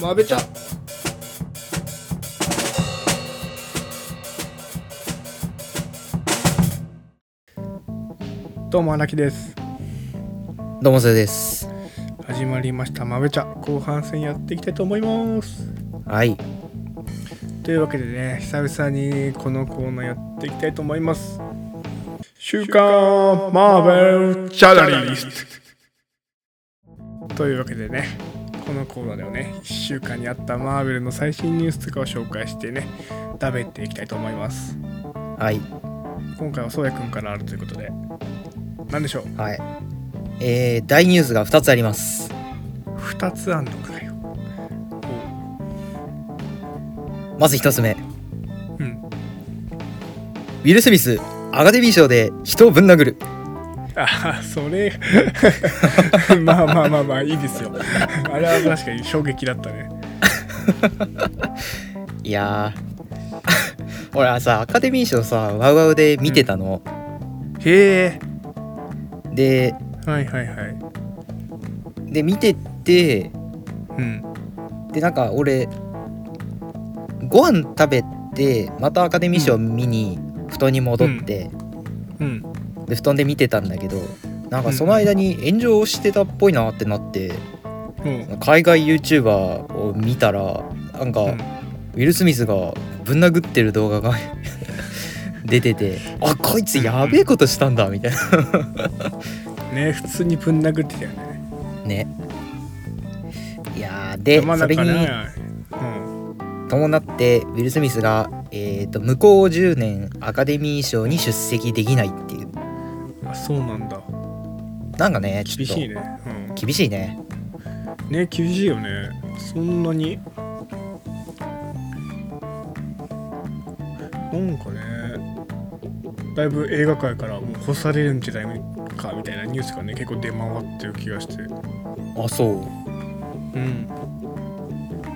まべちゃどうも荒木ですどうもそれです始まりましたまべちゃ後半戦やっていきたいと思いますはいというわけでね久々にこのコーナーやっていきたいと思います週刊マーベルジャーナリストというわけでねこのコーナーではね1週間にあったマーベルの最新ニュースとかを紹介してね食べていきたいと思いますはい今回はそうやくんからあるということで何でしょうはいえー、大ニュースが2つあります2つあんのかよまず1つ目ウおうんィル・スミスアカデミー賞で人をぶん殴るああそれ まあまあまあまあいいですよあれは確かに衝撃だったねいや ー俺はさアカデミー賞さワウワウで見てたの、へでえはいはいはいで見ててうんでなんか俺ご飯食べてまたアカデミー賞見に布団に戻って、うんで布団で見てたんだけどなんかその間に炎上してたっぽいなってなって、うん海外 YouTuber を見たらなんか、うウんィル・スミスがぶん殴ってる動画が 出てて「あこいつやべえことしたんだ」みたいなね普通にぶん殴ってたよねねいやーでそれにうん伴ってウィル・スミスが、えー、と向こう10年アカデミー賞に出席できないっていうあそうなんだなんかねちょ厳っとしいね厳しいねうんね厳しいよねそんなになんかねだいぶ映画界からもう干されるんじゃないかみたいなニュースがね結構出回ってる気がしてあそううん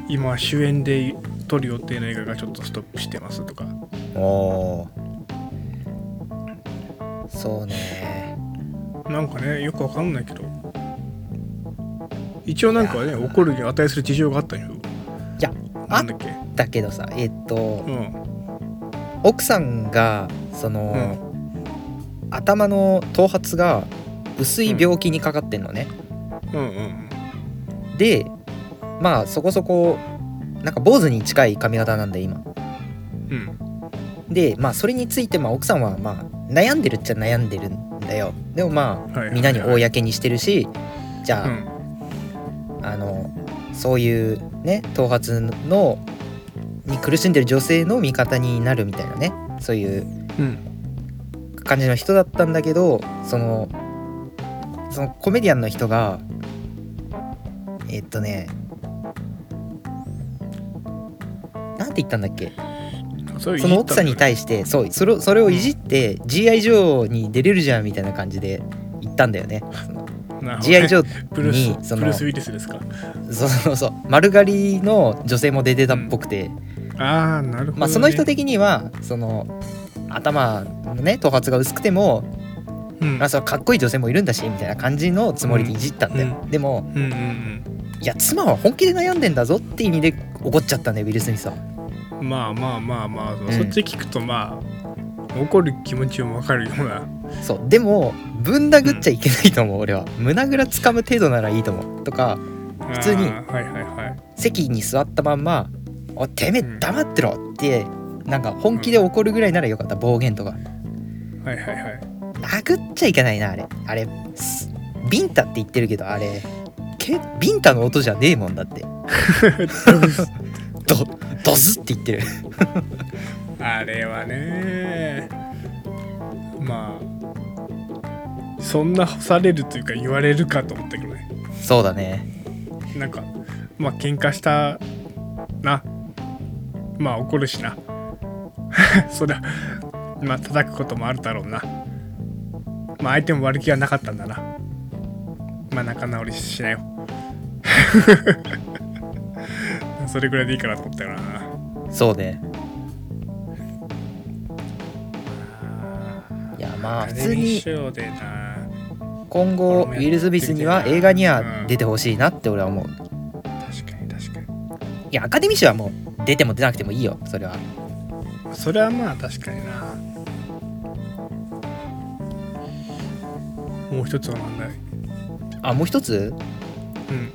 今主演で撮る予定の映画がちょっとストップしてますとかあーそうねなんかねよくわかんないけど一応なんかね怒るに値する事情があったんよいやなあんだっけだけどさえっ、とうん奥さんがその、頭の頭髪が薄い病気にかかってんのね、うんうんでまあそこそこなんか坊主に近い髪型なんで今うんでまあそれについてまあ奥さんはまあ悩んでるっちゃ悩んでるんだよでもまはいはいはあいみんなに公にしてるしじゃうあ、んあのそういうね頭髪のに苦しんでる女性の味方になるみたいなねそういううん感じの人だったんだけどそのそのコメディアンの人がえっとねなんて言ったんだっけそれいじったその奥さんに対してそうそれそれをいじって「GI ジョー」に出れるじゃんみたいな感じで言ったんだよね。なるほどね GI ジョブールにースそブルーのそス・ウうィリスですかそうそう丸刈りの女性も出てたっぽくて、ああなるほど、ね、まあ、その人的にはその頭のね頭髪が薄くてもうんまあ、それかっこいい女性もいるんだしみたいな感じのつもりでいじったんだよ、でもうんうんいや妻は本気で悩んでんだぞって意味で怒っちゃったねウィル・スミスはうんまあまあまあまあ、んそっち聞くとまあ怒る気持ちもわかるようなそうでもぶん殴っちゃいけないと思う、俺は胸ぐらつかむ程度ならいいと思うとか普通にはいはいはい席に座ったまんま「おてめえうん黙ってろ」ってなんか本気で怒るぐらいならよかった暴言とかはいはいはい殴っちゃいけないなあれあれすビンタって言ってるけどあれけビンタの音じゃねえもんだってドドズって言ってるあれはねまあそんな干されるというか言われるかと思ったけどねそうだねなんかまあ喧嘩したなまあ怒るしな そりゃまあ叩くこともあるだろうなまあ相手も悪気はなかったんだなまあ仲直りしなよ それぐらいでいいかなと思ったよなそうねいやまあア普カデ通ミーに賞でな今後ウィル・スミスには映画には出てほしいなって俺は思う確かに確かにいやアカデミー賞はもう出ても出なくてもいいよそれはそれはまあ確かになもう一つは問題あもう一つうん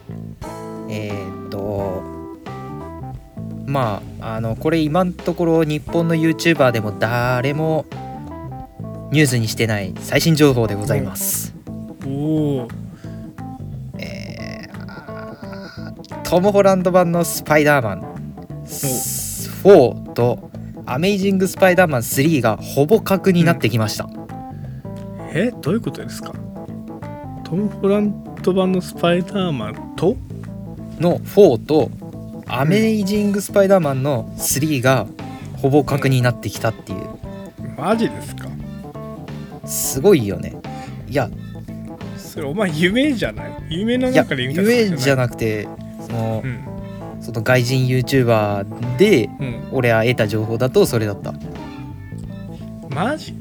えーっとまああのこれ今のところ日本の YouTuber でも誰もニュースにしてない最新情報でございます、おおえートム・ホランド版の「スパイダーマン4」と「アメイジング・スパイダーマン3」がほぼ確になってきました、えどういうことですかトム・ホランド版のスパイダーマンとの4と「アメイジング・スパイダーマン」の3がほぼ確になってきたっていうマジですかすごいよねいやそれお前夢じゃない夢のいや中で見たとかゆえじゃないなくてその,、うんその外人 YouTuber でうん俺は得た情報だとそれだったマジ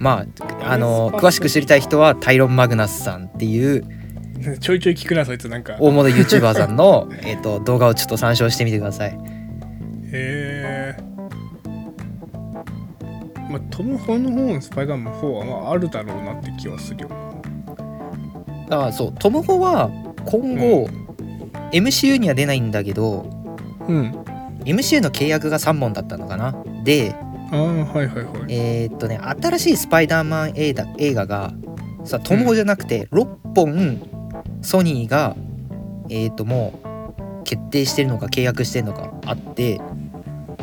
まああのナイスパス詳しく知りたい人はタイロン・マグナスさんっていうちょいちょい聞くなそいつなんか大物 YouTuber さんの えっと動画をちょっと参照してみてくださいへえまあトム・ホの方のスパイダーマン4はまああるだろうなって気はするよだからそうトム・ホは今後、MCU には出ないんだけどうんあ MCU の契約が3本だったのかなであはいはいはいえーっとね新しいスパイダーマン映画映画がさトム・ホじゃなくて6本ソニーがえーっともう決定してるのか契約してるのかあっては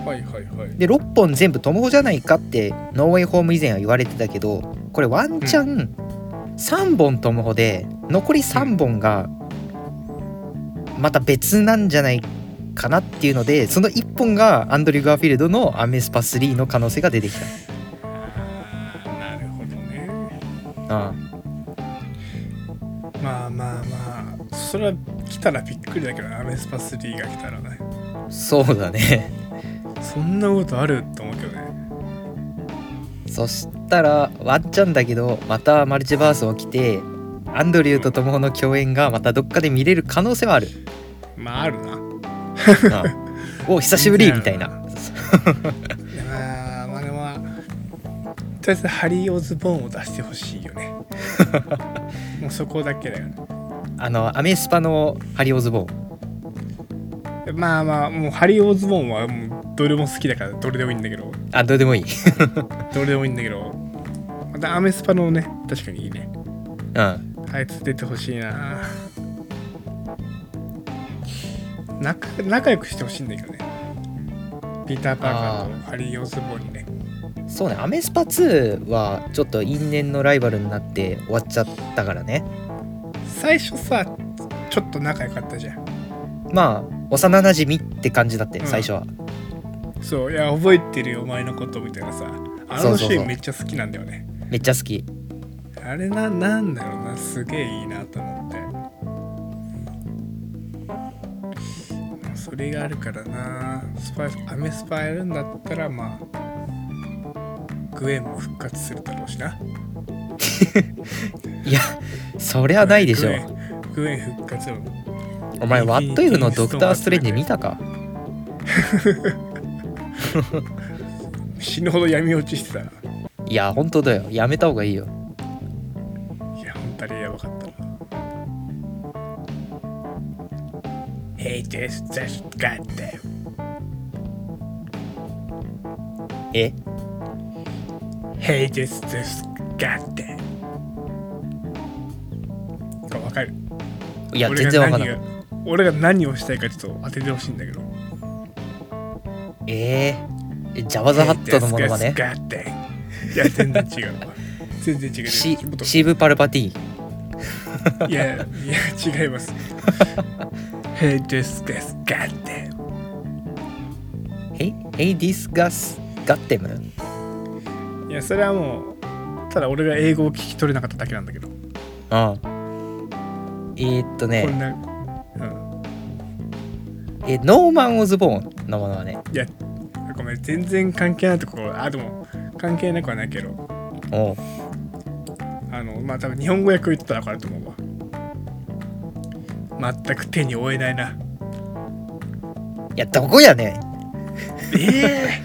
いはいはいで6本全部トム・ホじゃないかってノーウェイホーム以前は言われてたけどこれワンチャン3本トム・ホで残り3本がまた別なんじゃないかなっていうのでその1本がアンドリュー・ガーフィールドの「アメスパ3」の可能性が出てきた。あーなるほどねああまあまあまあそれは来たらびっくりだけどなアメスパ3が来たらねそうだね そんなことあると思うけどねそしたらワンチャンだけどまたマルチバースを着てアンドリューと友の共演がまたどっかで見れる可能性はあるまああるな あお久しぶりみたいなまあまあでもまあとりあえずハリー・オズボーンを出してほしいよね もうそこだけだよねあのアメスパのハリオズボーンまあまあもうハリー・オズボーンはもうどれも好きだからどれでもいいんだけどあどうでもいい どれでもいいんだけどまたアメスパのね確かにいいねうんあいつ出てほしいな仲仲良くしてほしいんだけどねピーター・パーカーとハリー・オズボーンにねそうねアメスパ2はちょっと因縁のライバルになって終わっちゃったからね最初さちょっと仲良かったじゃんまあ幼なじみって感じだってうん最初は、そういや覚えてるよお前のことみたいなさあそうのそシうそうーンめっちゃ好きなんだよねめっちゃ好きあれななんだろうなすげえいいなと思ってそれがあるからなスパイアメスパやるんだったらまあグエンも復活するだろうしないやそりゃないでしょグエングエン復活よお前いいワットイルのドクター・ストレンジ見たか死ぬほど闇落ちしてたないや本当だよやめた方がいいよいや本当にやばかったな Hey, this just got them. え Hey, this, this, goddamn. これわかるいや俺全が然わかんな何いが俺が何をしたいかちょっと当ててほしいんだけど。えー、えジャワザハットのものまね Hey, this, this, goddamn. いや、全然違うわ。全然違う。シもっとシーブ・パルパティいや、いや、違います。hey, this, this, goddamn. ヘイヘイディスガスガッテムいや、それはもう、ただ俺が英語を聞き取れなかっただけなんだけど。ああえー、っことんねな、うん。えノーマン・オズボーンのものはねいや、ごめん、全然関係ないところ、あ、でも、関係なくはないけど。おうあのまあ多分日本語訳を言ってたら分かると思うわ全く手に負えないないやどこやねんええ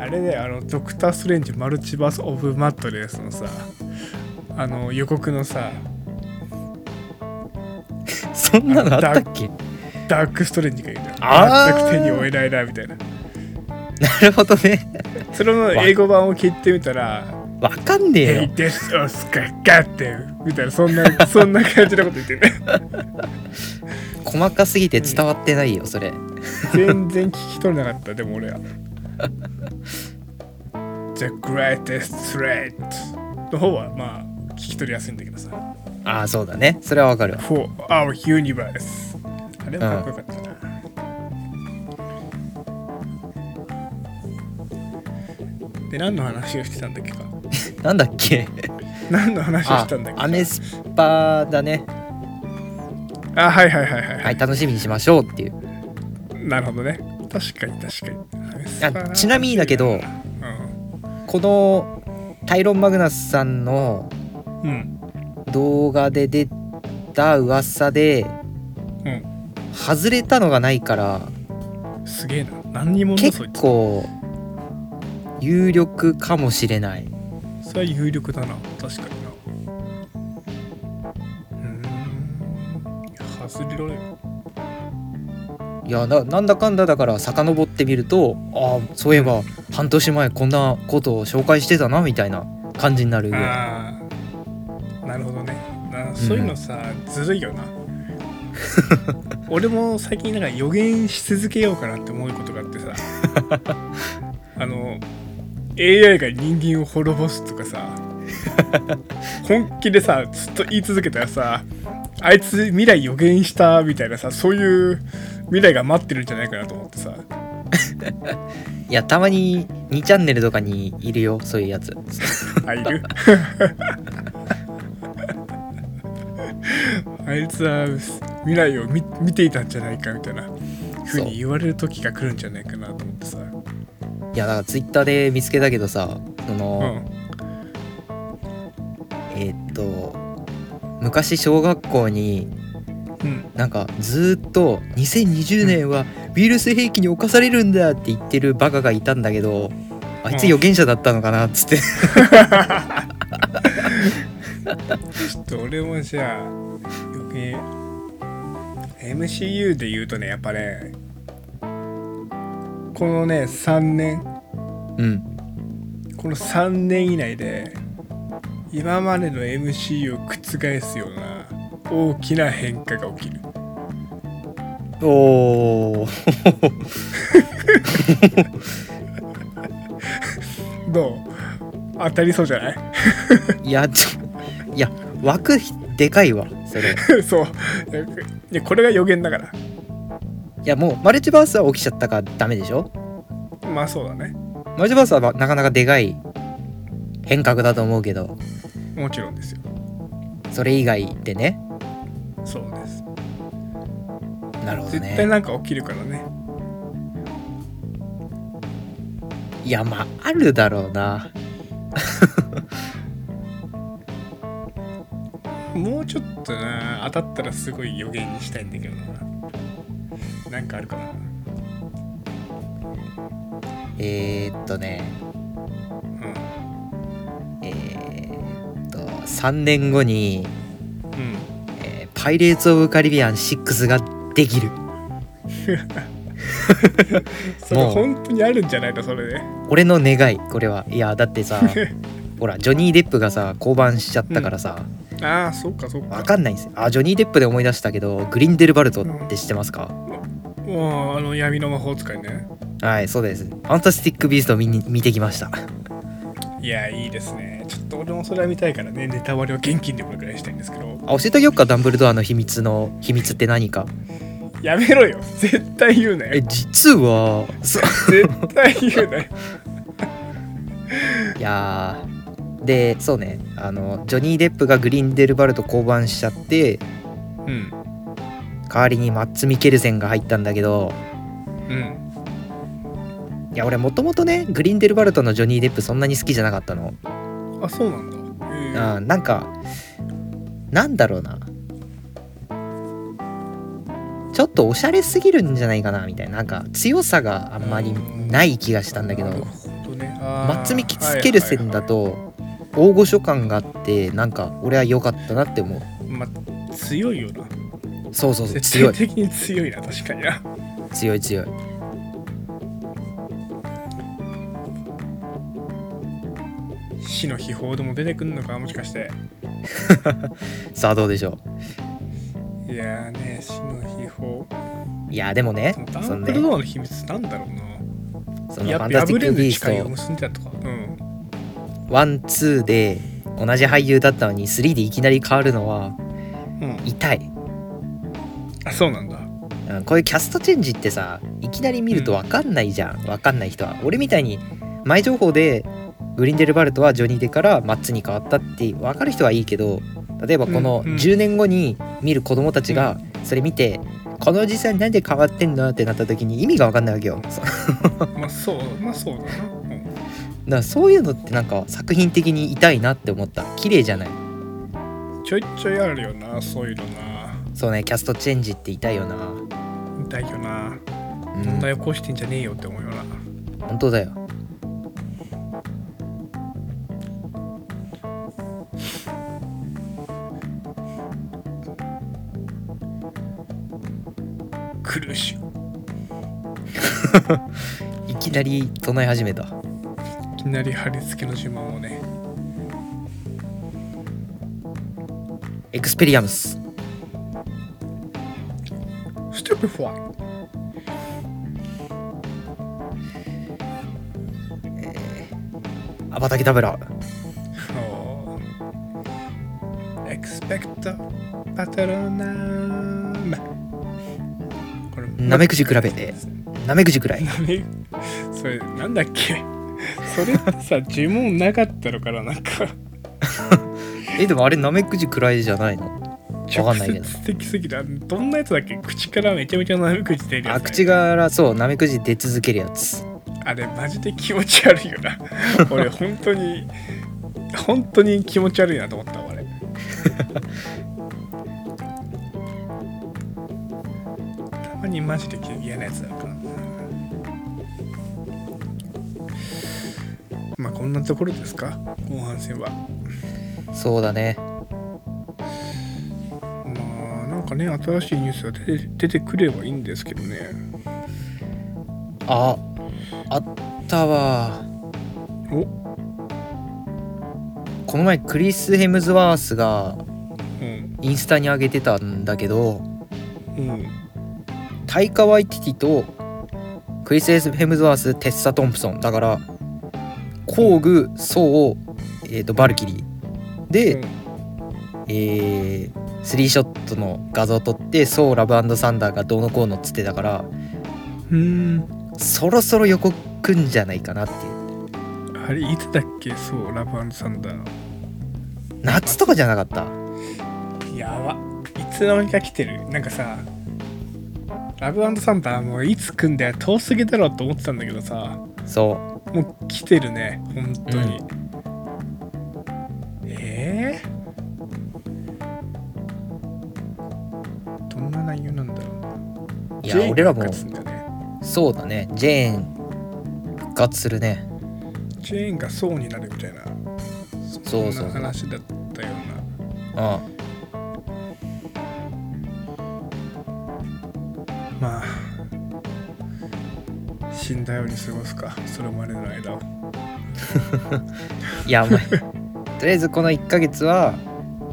あれねあの「ドクター・ストレンジ・マルチバース・オブ・マットレス」のさあの予告のさ そんなのあったっけダーク・ストレンジがいるのあー全く手に負えないなみたいななるほどねそれの英語版を聞いてみたらわか「んねえよ Hey this is g o d d a m みたいなそんなそんな感じのこと言ってね細かすぎて伝わってないよそれ全然聞き取れなかったでも俺は The Greatest Threat の方はまあ聞き取りやすいんだけどさああそうだねそれはわかるわ For Our Universe あれはかっこよかったな、で何の話をしてたんだっけかなんだっけ何の話をしあたんだっけかアメスパだねあはいはいはいはい、は、はいい楽しみにしましょうっていうなるほどね確かに確かにあちなみにだけどこのタイロン・マグナスさんのうんうん動画で出た噂でう外れたのがないからんすげえな何にもなそ結いつ構有力かもしれないそれは有力だな確かになうーんいや外れられるいやななんだかんだだから遡ってみるとああそういえば半年前こんなことを紹介してたなみたいな感じになるぐらいああなるほどねなそういうのさ、ずるいよな 俺も最近なんか予言し続けようかなって思うことがあっ てさあの AI が人間を滅ぼすとかさ本気でさずっと言い続けたらさあいつ未来予言したみたいなさそういう未来が待ってるんじゃないかなと思ってさいやたまに2チャンネルとかにいるよそういうやつあいるあいつは未来を見見ていたんじゃないかみたいなふうに言われる時が来るんじゃないかなと思ってさういやだからツイッターで見つけたけどさその、んえーっと昔小学校にうんなんかずーっと2020年はウイルス兵器に侵されるんだって言ってるバカがいたんだけどあいつ予言者だったのかなっつってちょっと俺もじゃあ余計 MCU で言うとねやっぱねこのね3年うんこの3年以内で今までの MCU を覆すような大きな変化が起きるおおどう当たりそうじゃないいやちょいや枠でかいわそれ いそういやこれが予言だからやもうマルチバースは起きちゃったからダメでしょまあそうだねマルチバースはなかなかでかい変革だと思うけどもちろんですよそれ以外でねそうですなるほど絶対ねなんか起きるからねいやまああるだろうなもうちょっとな当たったらすごい予言にしたいんだけどななんかあるかなえー、っとねうんえー、っと3年後に、うんえーパイレーツ・オブ・カリビアン6」ができるそれもう本当にあるんじゃないかそれで 俺の願いこれはいやだって さほらジョニー・デップがさ降板しちゃったからさ、ああそうかそうかわかんないんですよあジョニー・デップで思い出したけどグリンデルバルトって知ってますか、もうあの闇の魔法使いねはいそうですファンタスティック・ビーストを見に見てきましたいやいいですねちょっと俺もそれは見たいからねネタ割りを現金でこれくらいしたいんですけどあ教えてあげよっかダンブルドアの秘密の秘密って何かやめろよ絶対言うなよえ実 はそ絶対言うなよいやーでそうねあのジョニー・デップがグリンデルバルト降板しちゃってうん代わりにマッツ・ミケルセンが入ったんだけどうんいや俺もともとねグリンデルバルトのジョニー・デップそんなに好きじゃなかったの、あそうなんだうへん、えなんかなんだろうなちょっとおしゃれすぎるんじゃないかなみたいななんか強さがあんまりない気がしたんだけなるどほどマッツミキツケルセンだ、と大御所感があってなんか俺は良かったなって思うあーはいはいはいまあ、強いよなそうそうそう絶強対い的に強いな確かにな強い強い死の秘宝でも出てくんのかもしかしてさあどうでしょいやーね死の秘宝ういやでもねダそンのブルドねアの秘密なんだろうなそのフやァンタステ破ィッれク・ビるース誓いをト結んでたとかうんワンツーで同じ俳優だったのに3でいきなり変わるのはうん痛い、あそうなんだうん、こういうキャストチェンジってさいきなり見ると分かんないじゃん分かんない人は俺みたいに前情報でグリンデルバルトはジョニー・デからマッツに変わったって分かる人はいいけど例えばこのうんうん10年後に見る子供たちがそれ見てこのおじさんなんで変わってんのってなった時に意味が分かんないわけよ。そうまあそうまあそうだな、うんだからそういうのってなんか作品的に痛いなって思った綺麗じゃないちょいちょいあるよなそういうのなそうねキャストチェンジって痛いよな、痛いよなうん、問題起こしてんじゃねえよって思うよな本当だよ苦しいいきなり唱え始めたいきなり貼り付けの呪文をねエクスペリアムスステップファイアバタケタブラエクスペクトパトロナムこれなめくじ比べてなめくじ くらいなめ それなんだっけそれってさ呪文なかったのからなんかえでもあれなめくじくらいじゃないのわ直かんないけど接的すぎたどんなやつだっけ口からめちゃめちゃなめ口出るやつあ口からそうなめくじ出続けるやつあれマジで気持ち悪いよな 俺本当に本当に気持ち悪いなと思ったわあれたまにマジで嫌なやつだからなまあこんなところですか後半戦はそうだねまあなんかね新しいニュースが出て出てくればいいんですけどねああったわおこの前クリス・ヘムズワースがうんインスタに上げてたんだけどうんタイカ・ワイティティとクリス・ヘムズワーステッサ・トンプソンだから工具ソウ、えー、とバルキリーで、うんえースリーショットの画像を撮ってソウラブサンダーがどうのこうのっつってたからうんそろそろ予告くんじゃないかなっていうあれいつだっけそうラブサンダー夏とかじゃなかったやばいつの間にか来てるなんかさラブサンダーもういつ来んだよ遠すぎだろと思ってたんだけどさそもう来てるね本当に、ええどんな内容なんだろうういいや俺らもすんだよねそうだねジェーン復活するねチェーンが層になるみたいなそうそんうなそう話だったようなうんまあ死んだように過ごすかそれまでの間をいや お前とりあえずこの1ヶ月は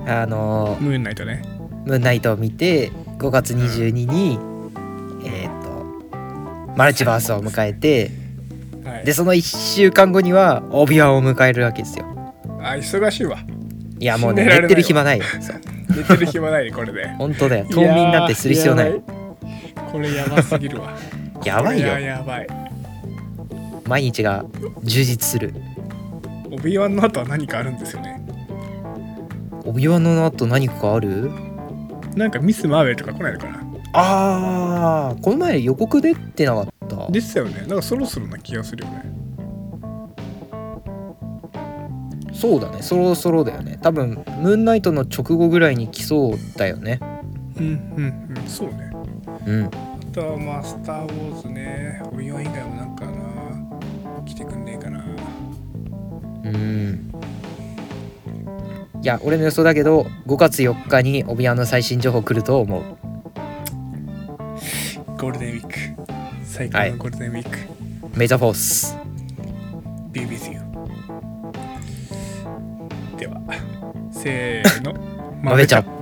あのームーンナイトねムーンナイトを見て5月22に、えっ、とマルチバースを迎えてはいでその1週間後にはオビワンを迎えるわけですよあ忙しいわいやもうね信じられないわ寝てる暇ないよそう寝てる暇ないねこれで本当だ よ冬眠なんてする必要ないややばいこれやばすぎる わばいこれはよやばい毎日が充実するオビワンの後は何かあるんですよねオビワンの後何かあるなんかミス・マーベルとか来ないのかなあーこの前予告出てなかったですよねなんかそろそろな気がするよねそうだねそろそろだよね多分ムーンナイトの直後ぐらいに来そうだよねうんうんうんそうねうんあとはまあ「スター・ウォーズね」お岩以外もなんかな来てくんねえかなうんいや俺の予想だけど5月4日にオビアの最新情報来ると思うゴールデンウィーク最高のゴールデンウィーク、メタフォース Be with you ではせーの 豆ちゃん